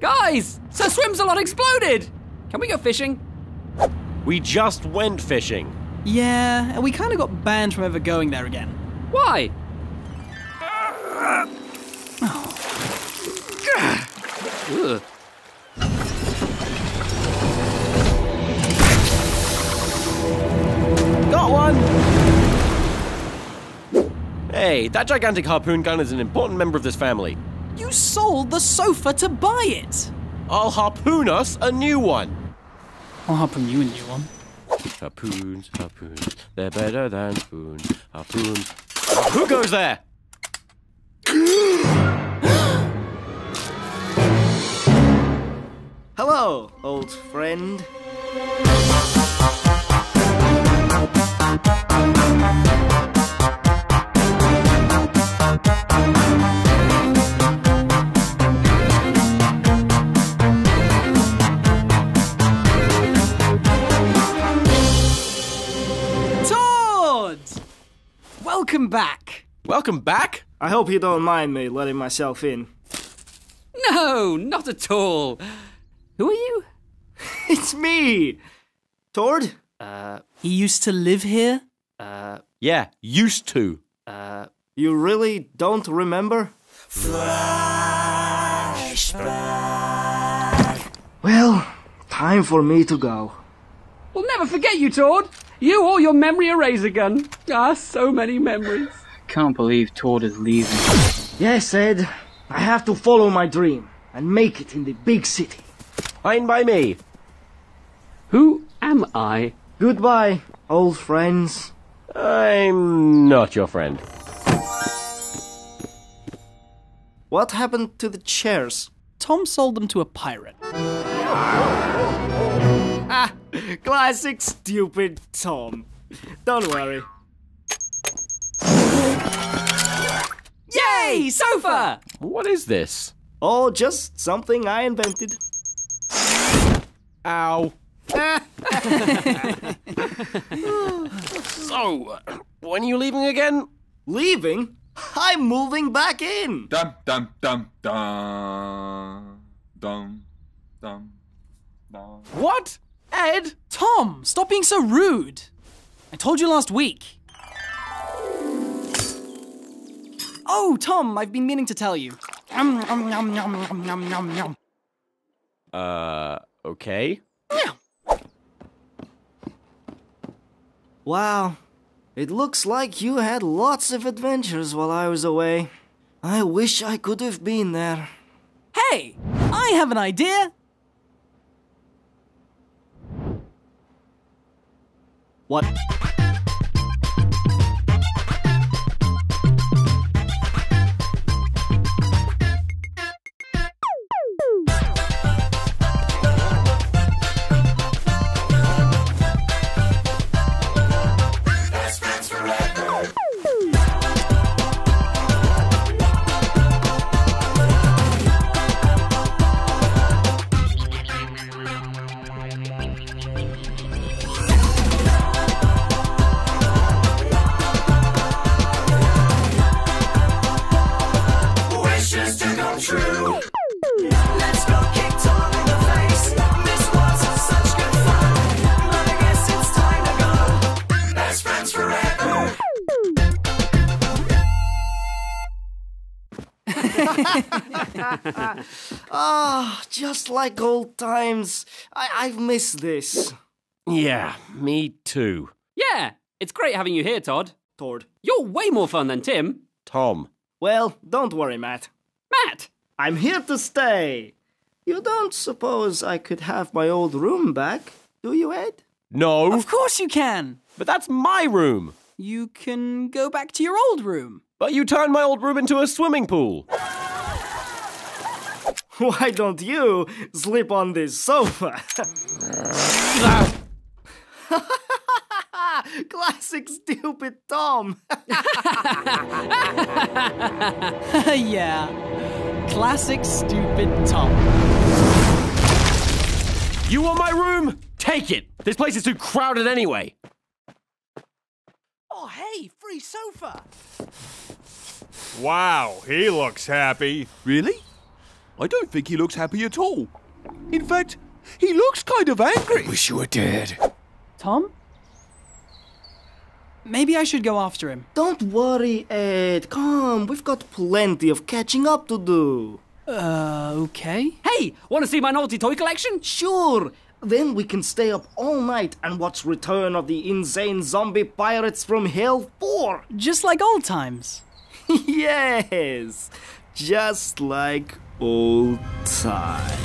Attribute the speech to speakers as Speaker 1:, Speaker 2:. Speaker 1: Guys, Sir Swimsalot exploded! Can we go fishing?
Speaker 2: We just went fishing.
Speaker 3: Yeah, and we kind of got banned from ever going there again.
Speaker 1: Why? Ugh.
Speaker 3: Got one!
Speaker 2: Hey, that gigantic harpoon gun is an important member of this family.
Speaker 3: You sold the sofa to buy it!
Speaker 2: I'll harpoon us a new one.
Speaker 3: I'll harpoon you a new one.
Speaker 2: Harpoons, harpoons, they're better than spoons. Harpoons. Who goes there?
Speaker 4: Hello, old friend.
Speaker 3: Todd! Welcome back!
Speaker 2: Welcome back.
Speaker 4: I hope you don't mind me letting myself in.
Speaker 1: No, not at all. Who are you?
Speaker 4: It's me! Tord?
Speaker 3: He used to live here?
Speaker 2: Yeah, used to.
Speaker 4: You really don't remember? Well, time for me to go.
Speaker 1: We'll never forget you, Todd. You or your memory eraser gun. Ah, so many memories.
Speaker 5: Can't believe Todd is leaving.
Speaker 4: Yes, Ed, I have to follow my dream and make it in the big city.
Speaker 2: Fine by me.
Speaker 1: Who am I?
Speaker 4: Goodbye, old friends.
Speaker 2: I'm not your friend.
Speaker 4: What happened to the chairs?
Speaker 3: Tom sold them to a pirate.
Speaker 4: Classic stupid Tom. Don't worry.
Speaker 1: Yay, sofa!
Speaker 2: What is this?
Speaker 4: Oh, just something I invented.
Speaker 2: Ow. so, when are you leaving again?
Speaker 4: Leaving? I'm moving back in!
Speaker 6: Dum dum dum dum dum dum dum.
Speaker 2: What? Ed?
Speaker 3: Tom, stop being so rude! I told you last week. Oh, Tom, I've been meaning to tell you. Um, um, yum, yum, yum, yum, yum, yum.
Speaker 2: Uh, okay.
Speaker 4: Wow. It looks like you had lots of adventures while I was away. I wish I could have been there.
Speaker 3: Hey, I have an idea!
Speaker 4: What? Ah, just like old times. I- I've missed this.
Speaker 2: Yeah, me too.
Speaker 1: Yeah, it's great having you here, Todd.
Speaker 4: Tord.
Speaker 1: You're way more fun than Tim.
Speaker 2: Tom.
Speaker 4: Well, don't worry, Matt.
Speaker 1: Matt!
Speaker 4: I'm here to stay. You don't suppose I could have my old room back, do you, Ed?
Speaker 2: No,
Speaker 3: Of course you can!
Speaker 2: but that's my room.
Speaker 3: You can go back to your old room.
Speaker 2: But you turned my old room into a swimming pool.
Speaker 4: Why don't you sleep on this sofa? Classic stupid Tom.
Speaker 3: yeah. Classic stupid Tom.
Speaker 2: You want my room? Take it. This place is too crowded anyway.
Speaker 3: Oh, hey, free sofa!
Speaker 7: Wow, he looks happy. Really? I don't think he looks happy at all. In fact, he looks kind of angry.
Speaker 8: Wish you were dead.
Speaker 3: Tom? Maybe I should go after him.
Speaker 4: Don't worry, Ed. Come, we've got plenty of catching up to do.
Speaker 3: Uh, okay.
Speaker 1: Hey, want to see my naughty toy collection?
Speaker 4: Sure. Then we can stay up all night and watch Return of the Insane Zombie Pirates from Hell 4.
Speaker 3: Just like old times.
Speaker 4: yes. Just like old times.